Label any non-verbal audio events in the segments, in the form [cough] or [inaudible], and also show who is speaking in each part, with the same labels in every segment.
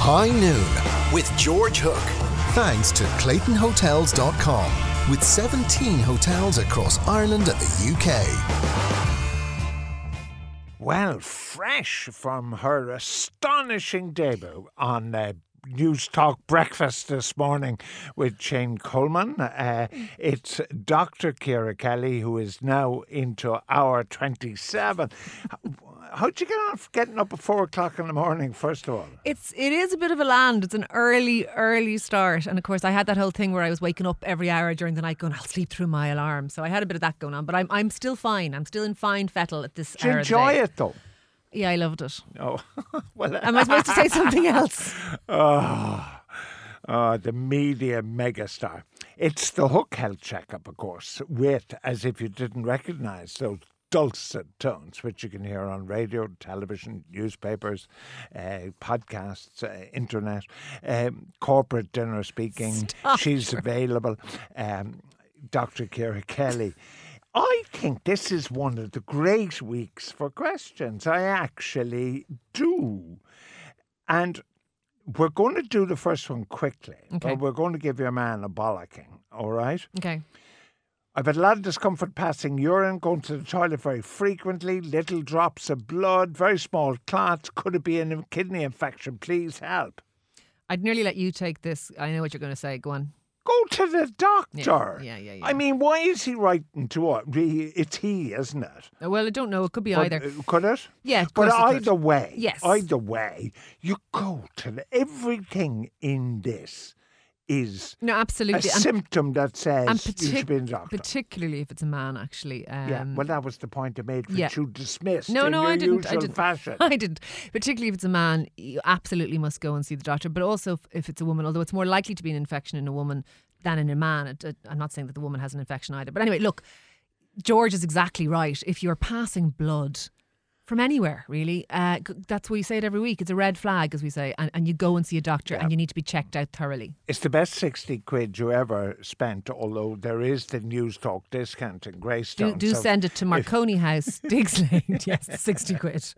Speaker 1: High Noon
Speaker 2: with George Hook.
Speaker 1: thanks to ClaytonHotels.com with 17 hotels across Ireland and the UK.
Speaker 3: Well, fresh from her astonishing debut on uh, News Talk Breakfast this morning with Shane Coleman, uh, it's Dr. Kira Kelly who is now into hour 27. How'd you get on for getting up at four o'clock in the morning, first of all?
Speaker 4: It's it is a bit of a land. It's an early, early start, and of course I had that whole thing where I was waking up every hour during the night, going, "I'll sleep through my alarm." So I had a bit of that going on, but I'm I'm still fine. I'm still in fine fettle at this
Speaker 3: Did you
Speaker 4: hour.
Speaker 3: enjoy
Speaker 4: of the day.
Speaker 3: it though?
Speaker 4: Yeah, I loved it.
Speaker 3: Oh, [laughs] well, uh,
Speaker 4: Am I supposed to
Speaker 3: [laughs]
Speaker 4: say something else?
Speaker 3: Oh, oh, the media megastar. It's the Hook Health Checkup, of course, with as if you didn't recognise those dulcet tones, which you can hear on radio, television, newspapers, uh, podcasts, uh, internet, um, corporate dinner speaking. She's available. Um, Dr. Kira Kelly. I think this is one of the great weeks for questions. I actually do. And we're going to do the first one quickly,
Speaker 4: Okay.
Speaker 3: but we're going to give your man a bollocking, all right?
Speaker 4: Okay.
Speaker 3: I've had a lot of discomfort passing urine, going to the toilet very frequently, little drops of blood, very small clots. Could it be a kidney infection? Please help.
Speaker 4: I'd nearly let you take this. I know what you're going to say. Go on.
Speaker 3: Go to the doctor.
Speaker 4: yeah, yeah,
Speaker 3: I
Speaker 4: yeah.
Speaker 3: mean, why is he writing to us? He- It's he, isn't it?
Speaker 4: Oh, Well, I don't know. It could be
Speaker 3: But,
Speaker 4: either.
Speaker 3: uh, Could it?
Speaker 4: Yeah, of
Speaker 3: But
Speaker 4: course it could.
Speaker 3: either way,
Speaker 4: Yes.
Speaker 3: either way, you go to the, everything in this is
Speaker 4: No,
Speaker 3: a
Speaker 4: absolutely. And,
Speaker 3: symptom that says
Speaker 4: and
Speaker 3: you should
Speaker 4: partic-
Speaker 3: be in the doctor.
Speaker 4: particularly if it's a man, actually. Um,
Speaker 3: yeah, well, that was the point I made, which
Speaker 4: yeah.
Speaker 3: you dismissed
Speaker 4: No,
Speaker 3: in
Speaker 4: no,
Speaker 3: your
Speaker 4: I didn't. I
Speaker 3: usual
Speaker 4: didn't. [laughs]
Speaker 3: fashion.
Speaker 4: I didn't. Particularly if it's a man, you absolutely must go and see the doctor. But also if, if it's a woman, although it's more likely to be an infection in a woman than in a man. It- it- I'm not saying that the woman has an infection either. But anyway, look, George is exactly right. If you're passing blood from anywhere, really, uh, g- that's what you say it every week. It's a red flag, as we say, and, and you go and see a doctor, and you need to be checked out thoroughly.
Speaker 3: It's the best 60 quid you ever spent, although there is the News Talk discount in Greystone.
Speaker 4: Do, do
Speaker 3: so-
Speaker 4: send it to Marconi House, [laughs] Diggs Lane. Yes, sixty quid.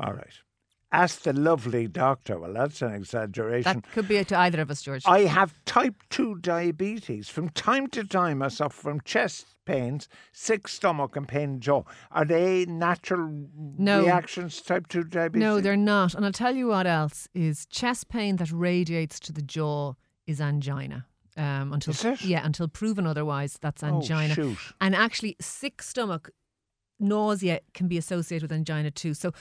Speaker 3: All right. Ask the lovely doctor. Well, that's an exaggeration.
Speaker 4: That could be to either of us, George.
Speaker 3: I have type 2 diabetes. From time to time, I suffer from chest pains, sick stomach, and pain in jaw. Are they natural
Speaker 4: No.
Speaker 3: reactions to type 2 diabetes?
Speaker 4: No, they're not. And I'll tell you what else is chest pain that radiates to the jaw is angina. Um, until
Speaker 3: Is it?
Speaker 4: yeah, until proven otherwise, that's
Speaker 3: Oh,
Speaker 4: angina.
Speaker 3: shoot.
Speaker 4: And actually, sick stomach nausea can be associated with angina too. So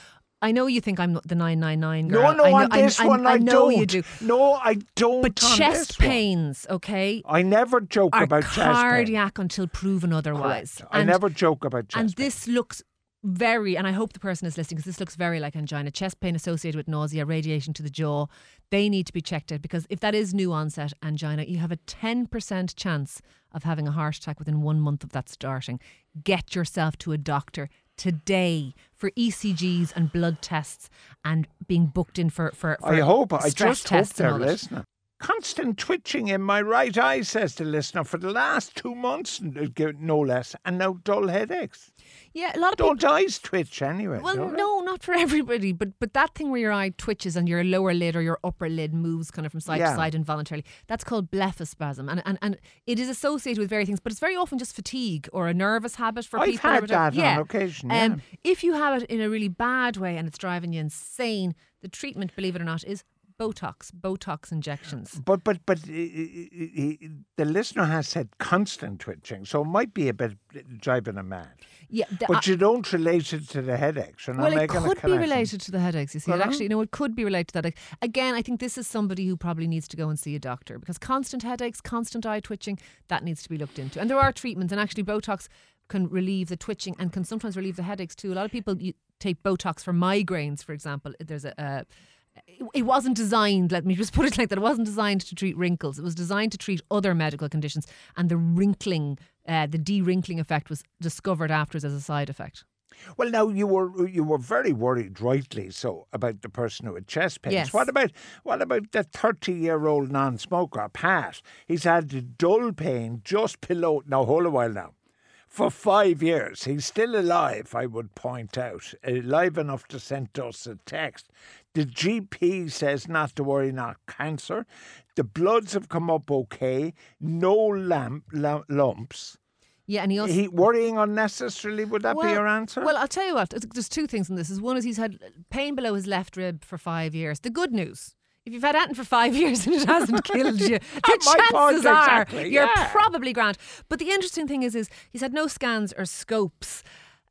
Speaker 4: I know you think I'm not the nine nine nine girl.
Speaker 3: No, no,
Speaker 4: I know,
Speaker 3: on this
Speaker 4: I,
Speaker 3: one,
Speaker 4: I,
Speaker 3: I,
Speaker 4: know
Speaker 3: don't.
Speaker 4: you do.
Speaker 3: No, I don't.
Speaker 4: But
Speaker 3: on
Speaker 4: chest
Speaker 3: this one.
Speaker 4: pains, okay,
Speaker 3: I never joke
Speaker 4: are
Speaker 3: about chest
Speaker 4: cardiac until proven
Speaker 3: pain.
Speaker 4: otherwise.
Speaker 3: Correct. I
Speaker 4: And-
Speaker 3: never joke about chest
Speaker 4: and
Speaker 3: pain.
Speaker 4: this looks very, and I hope the person is listening because this looks very like angina, chest pain associated with nausea, radiation to the jaw. They need to be checked out because if that is new onset angina, you have a 10% chance of having a heart attack within one month of that starting. Get yourself to a doctor today for ECGs and blood tests and being booked in for, for, for
Speaker 3: I hope. I
Speaker 4: stress
Speaker 3: just hope
Speaker 4: tests and
Speaker 3: they're
Speaker 4: all that.
Speaker 3: listening. Constant twitching in my right eye, says the listener, for the last two months, n- uh, g- no less, and now dull headaches.
Speaker 4: Yeah, a lot of people
Speaker 3: Don't eyes twitch anyway?
Speaker 4: Well,
Speaker 3: don't they?
Speaker 4: no, not for [laughs] everybody, but but that thing where your eye twitches and your lower lid or your upper lid moves kind of from side
Speaker 3: Yeah.
Speaker 4: to side involuntarily. That's called blephaspasm, and, and and it is associated with various things, but it's very often just fatigue or a nervous habit for
Speaker 3: I've
Speaker 4: people. or
Speaker 3: had
Speaker 4: whatever.
Speaker 3: that on
Speaker 4: yeah.
Speaker 3: occasion,
Speaker 4: Um, if you have it in a really bad way and it's driving you insane, the treatment, believe it or not, is Botox, Botox injections.
Speaker 3: But but but i- i- i- the listener has said constant twitching, so it might be a bit driving them mad.
Speaker 4: Yeah, the-
Speaker 3: But you don't relate it to the headaches. You're not
Speaker 4: Well, it
Speaker 3: making a
Speaker 4: could be
Speaker 3: connection.
Speaker 4: related to the headaches. You see,
Speaker 3: Could
Speaker 4: it
Speaker 3: it?
Speaker 4: actually, no, it could be related to that. Again, I think this is somebody who probably needs to go and see a doctor because constant headaches, constant eye twitching, that needs to be looked into. And there are treatments, and actually, Botox can relieve the twitching and can sometimes relieve the headaches too. A lot of people you take Botox for migraines, for example. There's a. Uh, it- it wasn't designed, let me just put it like that. It wasn't designed to treat wrinkles. It was designed to treat other medical conditions. And the wrinkling, uh, the de wrinkling effect was discovered afterwards as a side effect.
Speaker 3: Well, now you were you were very worried, rightly so, about the person who had chest pains.
Speaker 4: Yes.
Speaker 3: What about what about the thirty-year-old non-smoker Pat? He's had dull pain just below now. Hold a while now, for five years. He's still alive, I would point out, alive enough to send us a text. The GP says not to worry, not cancer. The bloods have come up okay, no lamp, lam- lumps.
Speaker 4: Yeah, and he also
Speaker 3: He worrying unnecessarily, would that be your answer?
Speaker 4: Well, I'll tell you what. th- There's two things in this. Is one is he's had pain below his left rib for five years. The good news. If you've had acne for five [laughs] years and it
Speaker 3: [laughs]
Speaker 4: hasn't killed you,
Speaker 3: Oh, my
Speaker 4: the
Speaker 3: point,
Speaker 4: chances are
Speaker 3: exactly,
Speaker 4: you're
Speaker 3: yeah.
Speaker 4: probably grand. But the interesting thing is, is he's had no scans or scopes.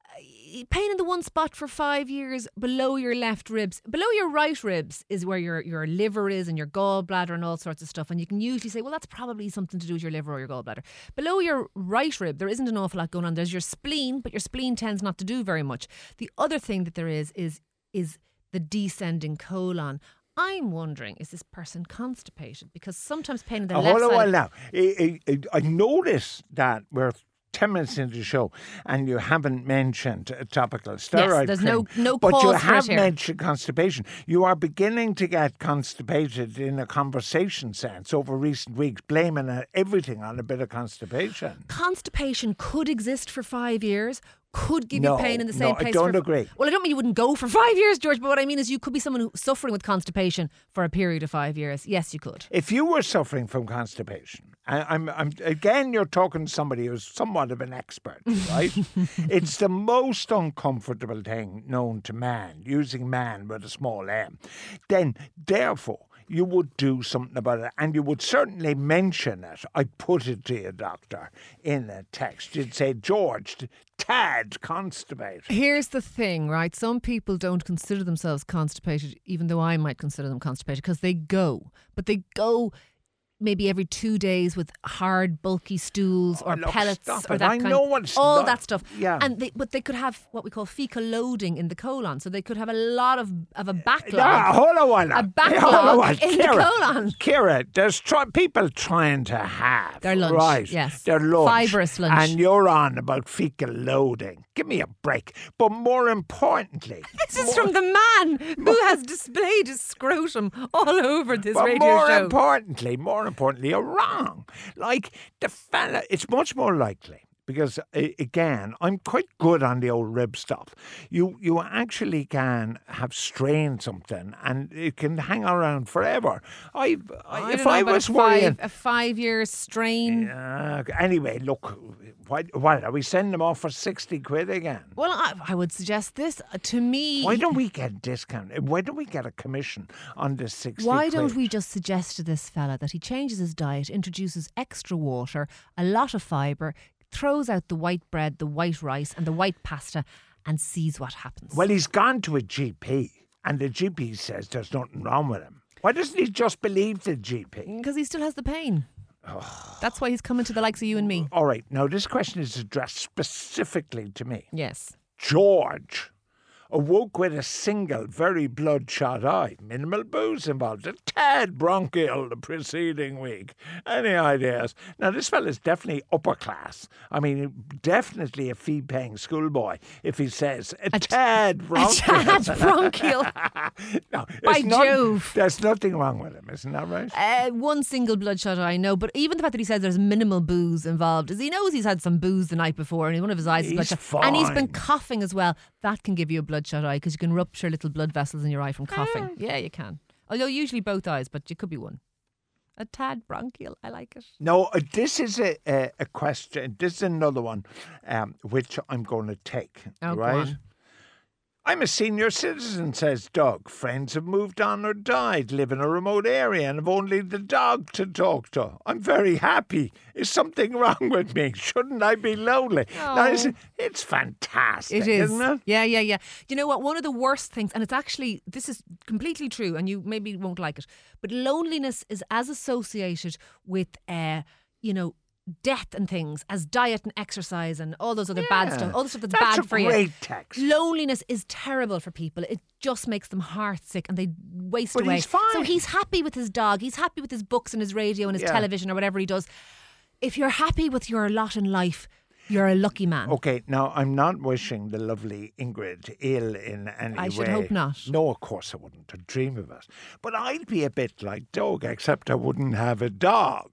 Speaker 4: Uh, Pain in the one spot for five years below your left ribs. Below your right ribs is where your, your liver is and your gallbladder and all sorts of stuff. And you can usually say, well, that's probably something to do with your liver or your gallbladder. Below your right rib, there isn't an awful lot going on. There's your spleen, but your spleen tends not to do very much. The other thing that there is is is the descending colon. I'm wondering, is this person constipated? Because sometimes pain in the
Speaker 3: Uh,
Speaker 4: left
Speaker 3: Hold on a
Speaker 4: side.
Speaker 3: while now. I, I, I I noticed that we're 10 minutes into the show and you haven't mentioned a topical steroid.
Speaker 4: there's
Speaker 3: cream,
Speaker 4: no- no
Speaker 3: But you
Speaker 4: cause for it
Speaker 3: have
Speaker 4: here.
Speaker 3: mentioned constipation. You are beginning to get constipated in a conversation sense over recent weeks, blaming uh, everything on a bit of constipation.
Speaker 4: constipation could exist for five years, could give
Speaker 3: No,
Speaker 4: you pain in the
Speaker 3: no,
Speaker 4: same
Speaker 3: I
Speaker 4: place.
Speaker 3: don't
Speaker 4: for,
Speaker 3: agree.
Speaker 4: Well, I don't mean you wouldn't go for five years, George, but what I mean is you could be someone who's suffering with constipation for a period of five years. Yes, you could.
Speaker 3: If you were suffering from constipation, I, I'm, I'm again, you're talking to somebody who's somewhat of an expert, right? it's the most uncomfortable thing known to man, using man with a small m. Then, therefore, you would do something about it, and you would certainly mention it. I put it to you, doctor, in a text. You'd say, George, Tad, constipated.
Speaker 4: Here's the thing, right? Some people don't consider themselves constipated, even though I might consider them constipated, because they go, but they go maybe every two days with hard, bulky stools or
Speaker 3: Oh, look,
Speaker 4: pellets
Speaker 3: stop
Speaker 4: or
Speaker 3: it.
Speaker 4: that
Speaker 3: I
Speaker 4: kind
Speaker 3: know what's
Speaker 4: all
Speaker 3: not-
Speaker 4: that stuff.
Speaker 3: yeah.
Speaker 4: and they, but they could have what we call fecal loading in the colon, so they could have a lot of of a backlog.
Speaker 3: Ah, hold on, while now.
Speaker 4: A backlog
Speaker 3: hold on, while.
Speaker 4: in the
Speaker 3: Ciara,
Speaker 4: colon.
Speaker 3: Ciara, there's try- people trying to have
Speaker 4: Their lunch,
Speaker 3: right?
Speaker 4: yes.
Speaker 3: their lunch,
Speaker 4: Fibrous lunch.
Speaker 3: and you're on about fecal loading. Give me a break. But more importantly,
Speaker 4: [laughs] This is from the man who has displayed his scrotum all over this
Speaker 3: But
Speaker 4: radio
Speaker 3: more
Speaker 4: show.
Speaker 3: importantly, more importantly, you're wrong. Like the fella, it's much more likely because a- again, I'm quite good on the old rib stuff. You you actually can have strained something, and it can hang around forever. I, I if
Speaker 4: don't know
Speaker 3: I
Speaker 4: about a
Speaker 3: was worrying.
Speaker 4: five, a five-year strain.
Speaker 3: Uh, anyway, look, why, why are we sending them off for sixty quid again?
Speaker 4: Well, I, I would suggest this Uh, to me.
Speaker 3: Why don't we get a discount? Why don't we get a commission on this sixty?
Speaker 4: why don't
Speaker 3: quid?
Speaker 4: we just suggest to this fella that he changes his diet, introduces extra water, a lot of fibre, throws out the white bread, the white rice, and the white pasta, and sees what happens?
Speaker 3: Well, he's gone to a GP, and the GP says there's nothing wrong with him. Why doesn't he just believe the GP?
Speaker 4: because he still has the pain. That's why he's coming to the likes of you and me.
Speaker 3: All right, now this question is addressed specifically to me.
Speaker 4: Yes.
Speaker 3: George awoke with a single, very bloodshot eye, minimal booze involved, a tad bronchial the preceding week. Any ideas? Now, this fella's definitely upper class. I mean, definitely a fee paying schoolboy if he says a, tad
Speaker 4: A
Speaker 3: bronchial.
Speaker 4: [laughs] tad bronchial.
Speaker 3: [laughs] no,
Speaker 4: By
Speaker 3: it's not-
Speaker 4: Jove.
Speaker 3: There's nothing wrong with him, isn't that right?
Speaker 4: Uh, one single bloodshot I know, but even the fact that he says there's minimal booze involved, is he knows he's had some booze the night before, and one of his eyes is
Speaker 3: He's
Speaker 4: bloodshot, and he's
Speaker 3: fine.
Speaker 4: been coughing as well. That can give you a bloodshot eye because you can rupture little blood vessels in your eye from
Speaker 3: Ah.
Speaker 4: coughing. Yeah, you can. Although usually both eyes, but you could be one. A tad bronchial. I like it.
Speaker 3: No, uh, this is a, a, a question. This is another one um, which I'm going to take.
Speaker 4: Oh, go
Speaker 3: right?
Speaker 4: on.
Speaker 3: I'm a senior citizen, says Doug. Friends have moved on or died, live in a remote area, and have only the dog to talk to. I'm very happy. Is something [laughs] wrong with me? Shouldn't I be lonely? Now, it's,
Speaker 4: Oh.
Speaker 3: it's fantastic,
Speaker 4: It is.
Speaker 3: isn't it?
Speaker 4: Yeah, yeah, yeah. You know what? One of the worst things, and it's actually, this is completely true, and you maybe won't like it, but loneliness is as associated with, uh, you know, death and things as diet and exercise and all those other bad stuff, all the stuff that's,
Speaker 3: That's
Speaker 4: bad
Speaker 3: a
Speaker 4: for you.
Speaker 3: great text.
Speaker 4: Loneliness is terrible for people. It just makes them heart sick and they waste
Speaker 3: But
Speaker 4: away.
Speaker 3: he's
Speaker 4: So
Speaker 3: fine.
Speaker 4: he's happy with his dog. He's happy with his books and his radio and his
Speaker 3: Yeah.
Speaker 4: television or whatever he does. If you're happy with your lot in life, you're a lucky man.
Speaker 3: Okay, now I'm not wishing the lovely Ingrid ill in any way.
Speaker 4: I should hope not.
Speaker 3: No, of course I wouldn't. I dream of it. But I'd be a bit like Doug, except I wouldn't have a dog.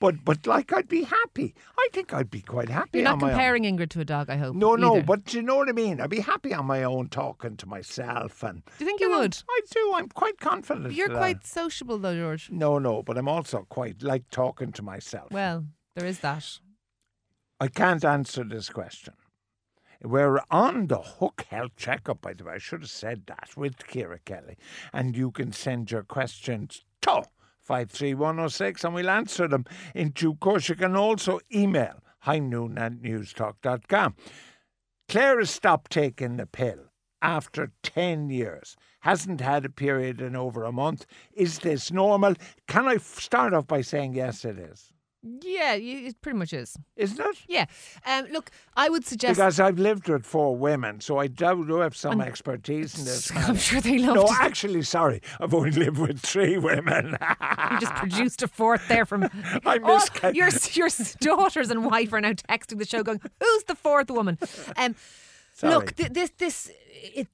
Speaker 3: But but like I'd be happy. I think I'd be quite happy.
Speaker 4: You're not
Speaker 3: on my own.
Speaker 4: comparing Ingrid to a dog, I hope.
Speaker 3: No, no,
Speaker 4: either.
Speaker 3: but do you know what I mean? I'd be happy on my own talking to myself and
Speaker 4: Do you think you
Speaker 3: know,
Speaker 4: would?
Speaker 3: I do, I'm quite confident.
Speaker 4: You're
Speaker 3: that I-
Speaker 4: quite sociable though, George.
Speaker 3: No, no, but I'm also quite like talking to myself.
Speaker 4: Well, there is that.
Speaker 3: I can't answer this question. We're on the hook health checkup, by the way. I should have said that with Kira Kelly. And you can send your questions to 53106 and we'll answer them in due course. You can also email highnoon at newstalk.com. Claire has stopped taking the pill after 10 years, hasn't had a period in over a month. Is this normal? Can I f- start off by saying yes, it is?
Speaker 4: Yeah, you, it pretty much is.
Speaker 3: Isn't it?
Speaker 4: Yeah. Um, look, I would suggest.
Speaker 3: Because I've lived with four women, so I do, do have some expertise in this.
Speaker 4: [laughs] I'm
Speaker 3: matter.
Speaker 4: sure they love
Speaker 3: No,
Speaker 4: to-
Speaker 3: actually, sorry, I've only lived with three women. [laughs]
Speaker 4: [laughs] You just produced a fourth there from.
Speaker 3: I
Speaker 4: All
Speaker 3: misca-
Speaker 4: your your daughters and wife are now texting the show, going, "Who's the fourth woman?" Um,
Speaker 3: Sorry.
Speaker 4: look, th- this this it.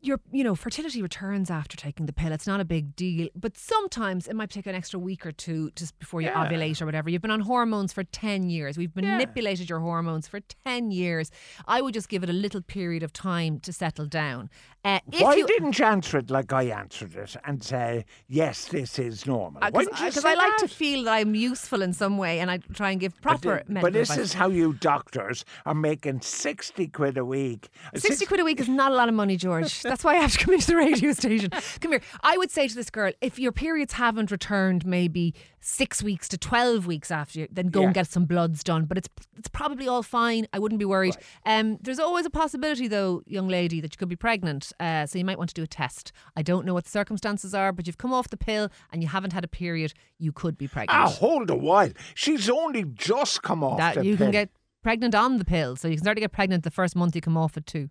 Speaker 4: Your, you know, fertility returns after taking the pill. It's not a big deal, but sometimes it might take an extra week or two just before you
Speaker 3: Yeah.
Speaker 4: ovulate or whatever. You've been on hormones for ten years. We've manipulated your hormones for ten years. I would just give it a little period of time to settle down. Uh, if
Speaker 3: Why
Speaker 4: you,
Speaker 3: didn't you answer it like I answered it and say, yes, this is normal? Why didn't you
Speaker 4: because
Speaker 3: say
Speaker 4: Uh, I like to
Speaker 3: that?
Speaker 4: feel that I'm useful in some way, and I try and give
Speaker 3: But
Speaker 4: proper
Speaker 3: thi-
Speaker 4: medical
Speaker 3: But this
Speaker 4: advice.
Speaker 3: is how you doctors are making 60 quid a week. Uh,
Speaker 4: 60 quid a week is not a lot of
Speaker 3: [laughs]
Speaker 4: money, George. That's why I have to come into the radio station. Come here. I would say to this girl, if your periods haven't returned maybe six weeks to 12 weeks after you, then go
Speaker 3: Yeah.
Speaker 4: and get some bloods done. But it's it's probably all fine. I wouldn't be worried. Um, there's always a possibility, though, young lady, that you could be pregnant. Uh, so you might want to do a test. I don't know what the circumstances are, but you've come off the pill and you haven't had a period, you could be pregnant.
Speaker 3: Ah, hold a while. She's only just come off
Speaker 4: that
Speaker 3: the
Speaker 4: you
Speaker 3: pill.
Speaker 4: can get pregnant on the pill. So you can start to get pregnant the first month you come off it too.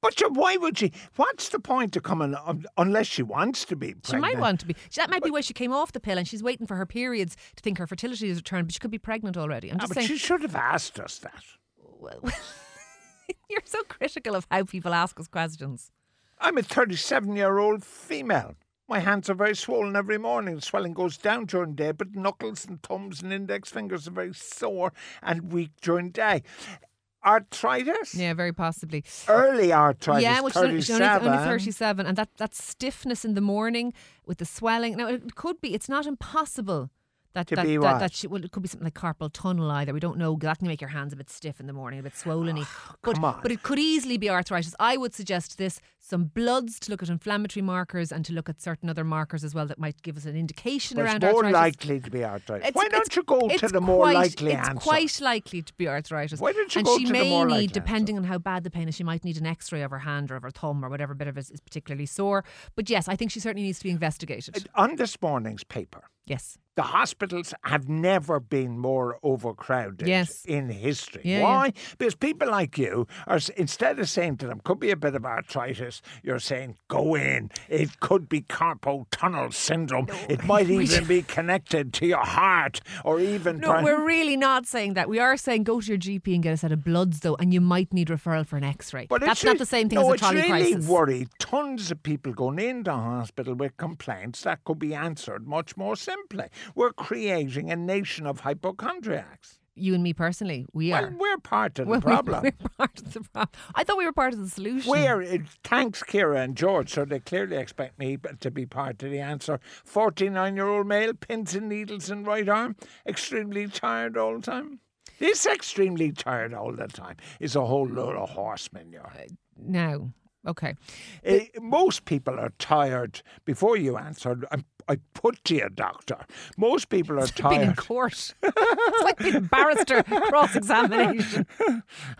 Speaker 3: But you- why would she? What's the point of coming um, unless she wants to be pregnant?
Speaker 4: She might want to be. That might be why she came off the pill and she's waiting for her periods to think her fertility is returned, but she could be pregnant already. I'm
Speaker 3: Ah,
Speaker 4: just
Speaker 3: but
Speaker 4: saying.
Speaker 3: she should have asked us that.
Speaker 4: [laughs] You're so critical of how people ask us questions.
Speaker 3: I'm a 37 year old female. My hands are very swollen every morning. The swelling goes down during day, but knuckles and thumbs and index fingers are very sore and weak during day. Arthritis?
Speaker 4: Yeah, very possibly.
Speaker 3: Early arthritis.
Speaker 4: yeah, which is only, she's only,
Speaker 3: 37.
Speaker 4: only 37. And that, that stiffness in the morning with the swelling. Now, it could be, it's not impossible. That,
Speaker 3: To
Speaker 4: that,
Speaker 3: be
Speaker 4: that,
Speaker 3: what?
Speaker 4: that she, well, it could be something like carpal tunnel either. We don't know. That can make your hands a bit stiff in the morning, a bit swollen. but,
Speaker 3: Oh, come on.
Speaker 4: but it could easily be arthritis. I would suggest this some bloods to look at inflammatory markers and to look at certain other markers as well that might give us an indication
Speaker 3: But
Speaker 4: around
Speaker 3: it's more
Speaker 4: arthritis.
Speaker 3: likely to be arthritis.
Speaker 4: It's-
Speaker 3: Why
Speaker 4: it's-
Speaker 3: don't you go to
Speaker 4: it's
Speaker 3: the more
Speaker 4: quite-
Speaker 3: likely
Speaker 4: it's
Speaker 3: answer?
Speaker 4: quite likely to be arthritis.
Speaker 3: Why don't you
Speaker 4: and
Speaker 3: go
Speaker 4: she
Speaker 3: to the
Speaker 4: may
Speaker 3: more likely
Speaker 4: need,
Speaker 3: answer?
Speaker 4: depending on how bad the pain is, she might need an X-ray of her hand or of her thumb or whatever bit of it is particularly sore. But yes, I think she certainly needs to be investigated.
Speaker 3: On this morning's paper,
Speaker 4: yes,
Speaker 3: the hospitals have never been more overcrowded
Speaker 4: Yes.
Speaker 3: in history.
Speaker 4: Yeah, yeah.
Speaker 3: Why? Because people like you are s- instead of saying to them could be a bit of arthritis, you're saying go in. It could be carpal tunnel syndrome. It
Speaker 4: [laughs]
Speaker 3: might even be connected to your heart or even
Speaker 4: no,
Speaker 3: perhaps-
Speaker 4: we're really not saying that. We are saying go to your GP and get a set of bloods though, and you might need referral for an X-ray.
Speaker 3: But
Speaker 4: That's
Speaker 3: it's
Speaker 4: not
Speaker 3: re-
Speaker 4: the same thing
Speaker 3: no,
Speaker 4: as a trolley
Speaker 3: it's really
Speaker 4: crisis.
Speaker 3: worried. Tons of people going into hospital with complaints that could be answered much more simply. We're creating a nation of hypochondriacs.
Speaker 4: you and me personally, we
Speaker 3: Well,
Speaker 4: are.
Speaker 3: we're part of the
Speaker 4: Well, [laughs] we-
Speaker 3: problem.
Speaker 4: We're part of the problem. I thought we were part of the solution.
Speaker 3: Where it thanks Kira and George, so they clearly expect me b- to be part of the answer. Forty-nine-year-old male, pins and needles in right arm, extremely tired all the time. This extremely tired all the time is a whole load of horse manure.
Speaker 4: now? Okay.
Speaker 3: Eh, most people are tired. Before you answered, I, I put to you, doctor. Most people are
Speaker 4: Being in
Speaker 3: tired.
Speaker 4: court. [laughs] it's like being a barrister cross examination.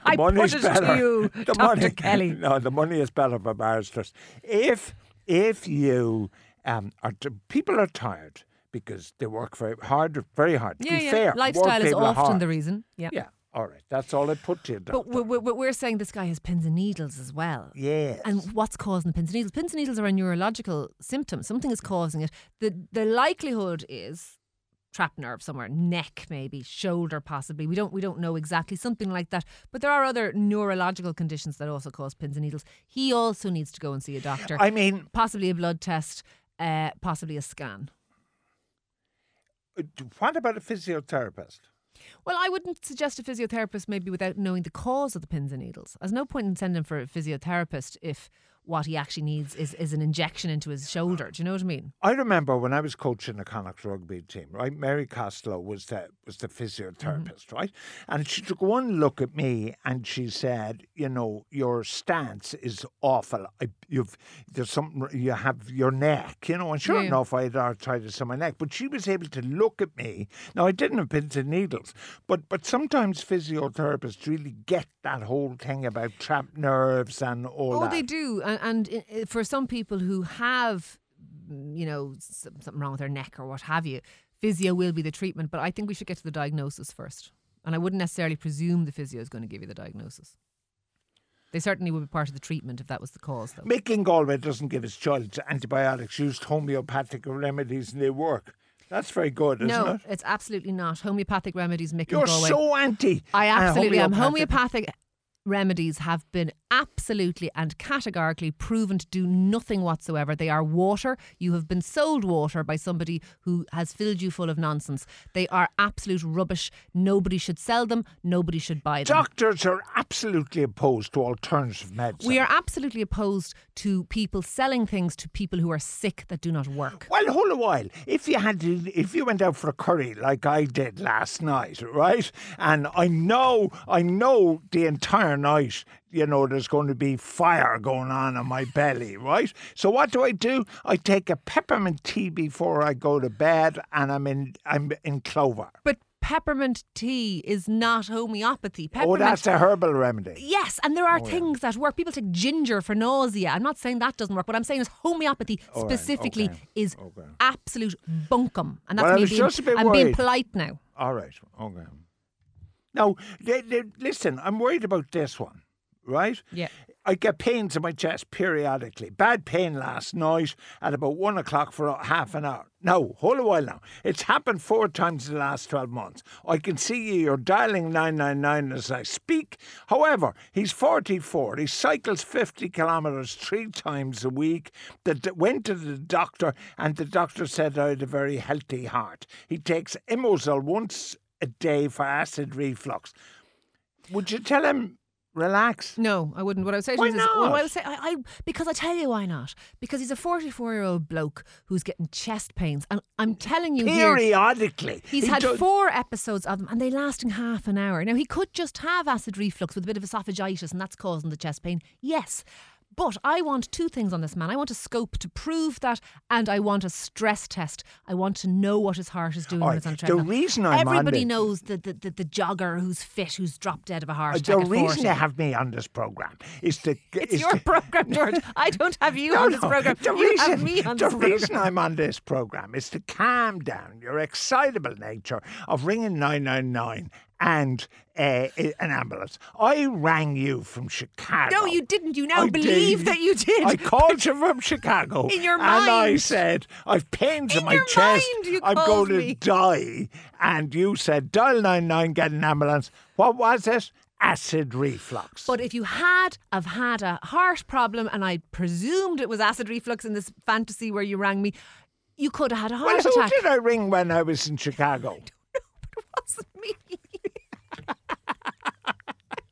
Speaker 4: I put
Speaker 3: Money's
Speaker 4: it
Speaker 3: better.
Speaker 4: to you,
Speaker 3: [laughs] The
Speaker 4: Dr.
Speaker 3: money-
Speaker 4: Kelly.
Speaker 3: [laughs] No, the money is better for barristers. If if you um, are t- people are tired because they work very hard, very hard. to
Speaker 4: Yeah,
Speaker 3: be
Speaker 4: yeah.
Speaker 3: fair,
Speaker 4: Lifestyle is often the
Speaker 3: reason.
Speaker 4: reason. Yeah.
Speaker 3: Yeah, all right. That's all I put to you, doctor.
Speaker 4: But we're, we're, we're saying this guy has pins and needles as well.
Speaker 3: yes.
Speaker 4: And what's causing the pins and needles? Pins and needles are a neurological symptom. Something is causing it. The the likelihood is trapped nerve somewhere, neck maybe, shoulder possibly. We don't we don't know exactly something like that. But there are other neurological conditions that also cause pins and needles. He also needs to go and see a doctor.
Speaker 3: I mean,
Speaker 4: possibly a blood test, uh, possibly a scan.
Speaker 3: Uh, What about a physiotherapist?
Speaker 4: Well, I wouldn't suggest a physiotherapist maybe without knowing the cause of the pins and needles. There's no point in sending for a physiotherapist if what he actually needs is, is an injection into his shoulder. Do you know what I mean?
Speaker 3: I remember when I was coaching the Connacht rugby team, right? Mary Costello was the was the
Speaker 4: Mm-hmm.
Speaker 3: physiotherapist, right? And she took one look at me and she said, "You know, your stance is awful. I, you've there's something wr- you have your neck, you know." And sure
Speaker 4: Yeah.
Speaker 3: enough, I had arthritis in my neck, but she was able to look at me. Now I didn't have pins and needles, but but sometimes physiotherapists really get that whole thing about trapped nerves and all
Speaker 4: Oh,
Speaker 3: that.
Speaker 4: they do. And, and i- i- for some people who have, mm, you know, some- something wrong with their neck or what have you, physio will be the treatment. But I think we should get to the diagnosis first. And I wouldn't necessarily presume the physio is going to give you the diagnosis. They certainly would be part of the treatment if that was the cause, though.
Speaker 3: Mick in Galway doesn't give his child antibiotics, used homeopathic remedies, and they work. That's very good, isn't
Speaker 4: no,
Speaker 3: it?
Speaker 4: it's absolutely not. Homeopathic remedies, Mick
Speaker 3: You're
Speaker 4: and Galway.
Speaker 3: so anti.
Speaker 4: I
Speaker 3: uh,
Speaker 4: absolutely am. Homeopathic remedies have been absolutely and categorically proven to do nothing whatsoever. They are water. You have been sold water by somebody who has filled you full of nonsense. They are absolute rubbish. Nobody should sell them. Nobody should buy them.
Speaker 3: Doctors are absolutely opposed to alternative medicine.
Speaker 4: we are absolutely opposed to people selling things to people who are sick that do not work.
Speaker 3: Well, hold a while. If you had, to- if you went out for a curry like I did last night, right? And I know, I know the entire night, you know, there's going to be fire going on in my belly, right? So what do I do? I take a peppermint tea before I go to bed, and I'm in, I'm in clover.
Speaker 4: But peppermint tea is not homeopathy.
Speaker 3: oh,
Speaker 4: Peppermint
Speaker 3: that's a herbal remedy.
Speaker 4: Yes, and there are
Speaker 3: Oh,
Speaker 4: things that work. People take ginger for nausea. I'm not saying that doesn't work. What I'm saying is homeopathy
Speaker 3: All right,
Speaker 4: specifically
Speaker 3: okay,
Speaker 4: is
Speaker 3: okay.
Speaker 4: absolute bunkum. And that's
Speaker 3: Well, I
Speaker 4: me
Speaker 3: was
Speaker 4: being,
Speaker 3: just a bit
Speaker 4: I'm being
Speaker 3: worried.
Speaker 4: polite now.
Speaker 3: All right. Okay. Now, th- th- listen, I'm worried about this one, right?
Speaker 4: Yeah.
Speaker 3: I get pains in my chest periodically. Bad pain last night at about one o'clock for a- half an hour. No, hold a while now. It's happened four times in the last 12 months. I can see you, you're dialing 999 as I speak. However, he's 44. He cycles 50 kilometres three times a week. The d- went to the doctor, and the doctor said I had a very healthy heart. He takes Imozil once a day for acid reflux. Would you tell him, relax?
Speaker 4: No, I wouldn't. What I would say to
Speaker 3: Why
Speaker 4: him is, well,
Speaker 3: not?
Speaker 4: I would say, I, I, because I tell you why not. Because he's a 44 year old bloke who's getting chest pains. And I'm telling you here,
Speaker 3: periodically.
Speaker 4: Mm-hmm. He's
Speaker 3: He
Speaker 4: had
Speaker 3: does-
Speaker 4: four episodes of them and they lasting half an hour. Now, he could just have acid reflux with a bit of esophagitis and that's causing the chest pain. Yes. But I want two things on this man. I want a scope to prove that, and I want a stress test. I want to know what his heart is doing
Speaker 3: All right,
Speaker 4: when it's on
Speaker 3: the
Speaker 4: treadmill.
Speaker 3: reason I'm on
Speaker 4: Everybody
Speaker 3: this-
Speaker 4: knows the, the, the, the jogger who's fit, who's dropped dead of a heart
Speaker 3: Uh,
Speaker 4: attack.
Speaker 3: The
Speaker 4: at
Speaker 3: reason
Speaker 4: 40.
Speaker 3: you have me on this program is to.
Speaker 4: it's
Speaker 3: is [laughs]
Speaker 4: your
Speaker 3: to-
Speaker 4: program, George. I don't have you
Speaker 3: No,
Speaker 4: on this
Speaker 3: no,
Speaker 4: program.
Speaker 3: The
Speaker 4: you
Speaker 3: reason,
Speaker 4: have me on
Speaker 3: the
Speaker 4: this
Speaker 3: reason
Speaker 4: program.
Speaker 3: I'm on this program is to calm down your excitable nature of ringing 999 and uh, i- an ambulance. I rang you from Chicago.
Speaker 4: No, you didn't. You now
Speaker 3: I
Speaker 4: believe
Speaker 3: did.
Speaker 4: that you did.
Speaker 3: I called you
Speaker 4: [laughs]
Speaker 3: from Chicago.
Speaker 4: In your
Speaker 3: And I
Speaker 4: mind.
Speaker 3: said, I've pains in,
Speaker 4: In
Speaker 3: my
Speaker 4: your
Speaker 3: chest.
Speaker 4: mind you
Speaker 3: I'm
Speaker 4: called
Speaker 3: going to
Speaker 4: me."
Speaker 3: die. And you said, dial 99, get an ambulance. What was it? Acid reflux.
Speaker 4: But if you had have had a heart problem, and I presumed it was acid reflux in this fantasy where you rang me, you could have had a
Speaker 3: well,
Speaker 4: heart
Speaker 3: who
Speaker 4: attack.
Speaker 3: did I ring when I was in Chicago?
Speaker 4: It wasn't me.
Speaker 3: [laughs]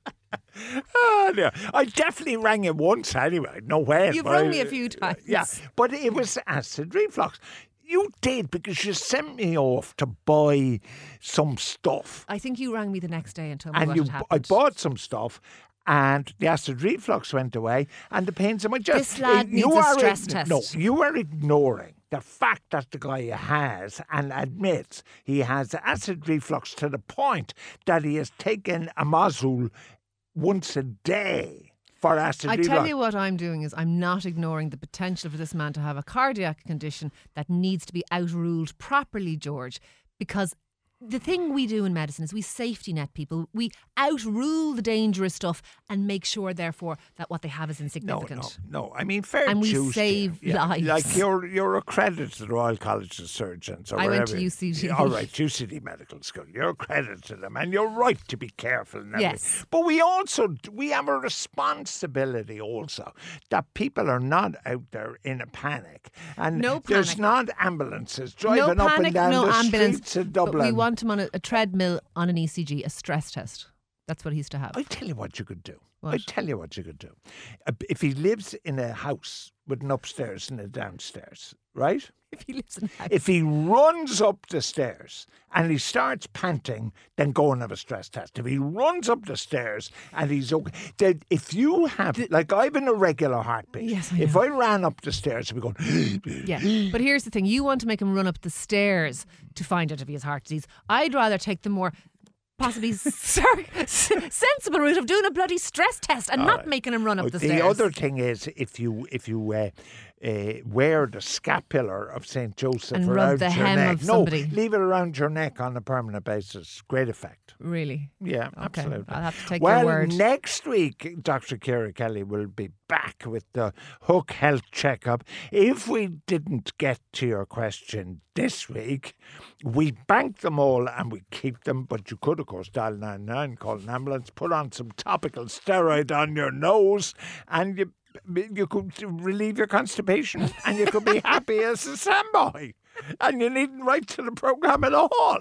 Speaker 3: Oh, no. I definitely rang it once anyway. No way.
Speaker 4: You've
Speaker 3: but I- uh,
Speaker 4: rung me a few times.
Speaker 3: Yeah, but it was acid reflux. You did because you sent me off to buy some stuff.
Speaker 4: I think you rang me the next day and told me
Speaker 3: and
Speaker 4: what
Speaker 3: you,
Speaker 4: had
Speaker 3: I
Speaker 4: happened.
Speaker 3: bought some stuff, and the acid reflux went away, and the pains in my chest.
Speaker 4: This lad
Speaker 3: Uh, you
Speaker 4: needs a
Speaker 3: are
Speaker 4: stress
Speaker 3: ign- No,
Speaker 4: test.
Speaker 3: you are ignoring the fact that the guy has and admits he has acid reflux to the point that he has taken amazul once a day for acid
Speaker 4: I
Speaker 3: reflux.
Speaker 4: tell you what I'm doing is I'm not ignoring the potential for this man to have a cardiac condition that needs to be outruled properly, George, because the thing we do in medicine is we safety net people. We outrule the dangerous stuff and make sure, therefore, that what they have is
Speaker 3: No,
Speaker 4: insignificant.
Speaker 3: no, no. I mean, fair
Speaker 4: And we
Speaker 3: dues to
Speaker 4: save
Speaker 3: you.
Speaker 4: lives.
Speaker 3: Like you're you're accredited Royal College of Surgeons. Or
Speaker 4: I went to
Speaker 3: wherever.
Speaker 4: UCD.
Speaker 3: Yeah, All right, UCD Medical School. You're accredited to them, and you're right to be careful. And everything.
Speaker 4: Yes.
Speaker 3: but we also d- we have a responsibility also that people are not out there in a panic, and
Speaker 4: No
Speaker 3: there's
Speaker 4: panic.
Speaker 3: not ambulances driving
Speaker 4: no
Speaker 3: up
Speaker 4: panic,
Speaker 3: and down
Speaker 4: no
Speaker 3: the
Speaker 4: ambulance.
Speaker 3: streets of
Speaker 4: but
Speaker 3: Dublin.
Speaker 4: we want him on a, a treadmill on an ECG, a stress test. That's what he used to have.
Speaker 3: I tell you what you could do. I
Speaker 4: What?
Speaker 3: tell you what you could do. Uh, b- If he lives in a house with an upstairs and a downstairs, right?
Speaker 4: [laughs] if he lives
Speaker 3: [laughs]
Speaker 4: in a house.
Speaker 3: If he runs up the stairs and he starts panting, then go and have a stress test. If he runs up the stairs and he's okay, then if you have, like I've an irregular heartbeat.
Speaker 4: Yes, I
Speaker 3: if
Speaker 4: know.
Speaker 3: I ran up the stairs, I'd be going, [gasps]
Speaker 4: Yeah, but here's the thing: you want to make him run up the stairs to find out if he has heart disease. I'd rather take the more
Speaker 3: [laughs]
Speaker 4: possibly ser- sensible route of doing a bloody stress test and not making him run up
Speaker 3: But
Speaker 4: the,
Speaker 3: Oh, the
Speaker 4: stairs.
Speaker 3: other thing is if you if you uh, uh, wear the scapular of Saint Joseph
Speaker 4: And
Speaker 3: around
Speaker 4: rub the
Speaker 3: your
Speaker 4: hem
Speaker 3: neck,
Speaker 4: of
Speaker 3: no,
Speaker 4: somebody.
Speaker 3: leave it around your neck on a permanent basis. Great effect.
Speaker 4: really,
Speaker 3: Yeah,
Speaker 4: Okay,
Speaker 3: absolutely.
Speaker 4: I'll have to take your
Speaker 3: well,
Speaker 4: word.
Speaker 3: next week, Dr. Kira Kelly will be back with the Hook Health Checkup. If we didn't get to your question this week, we bank them all and we keep them, but you could, of course, dial 99, call an ambulance, put on some topical steroid on your nose, and you, you could relieve your constipation and you could be
Speaker 4: [laughs]
Speaker 3: happy as a sandboy. And you needn't write to the programme at all.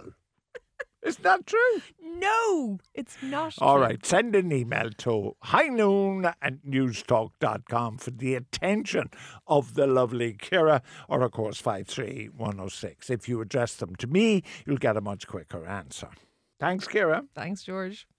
Speaker 3: Isn't that true?
Speaker 4: no, it's not.
Speaker 3: All
Speaker 4: true.
Speaker 3: right, send an email to highnoon at newstalk.com for the attention of the lovely Kira, or of course 53106. If you address them to me, you'll get a much quicker answer. Thanks, Kira.
Speaker 4: Thanks, George.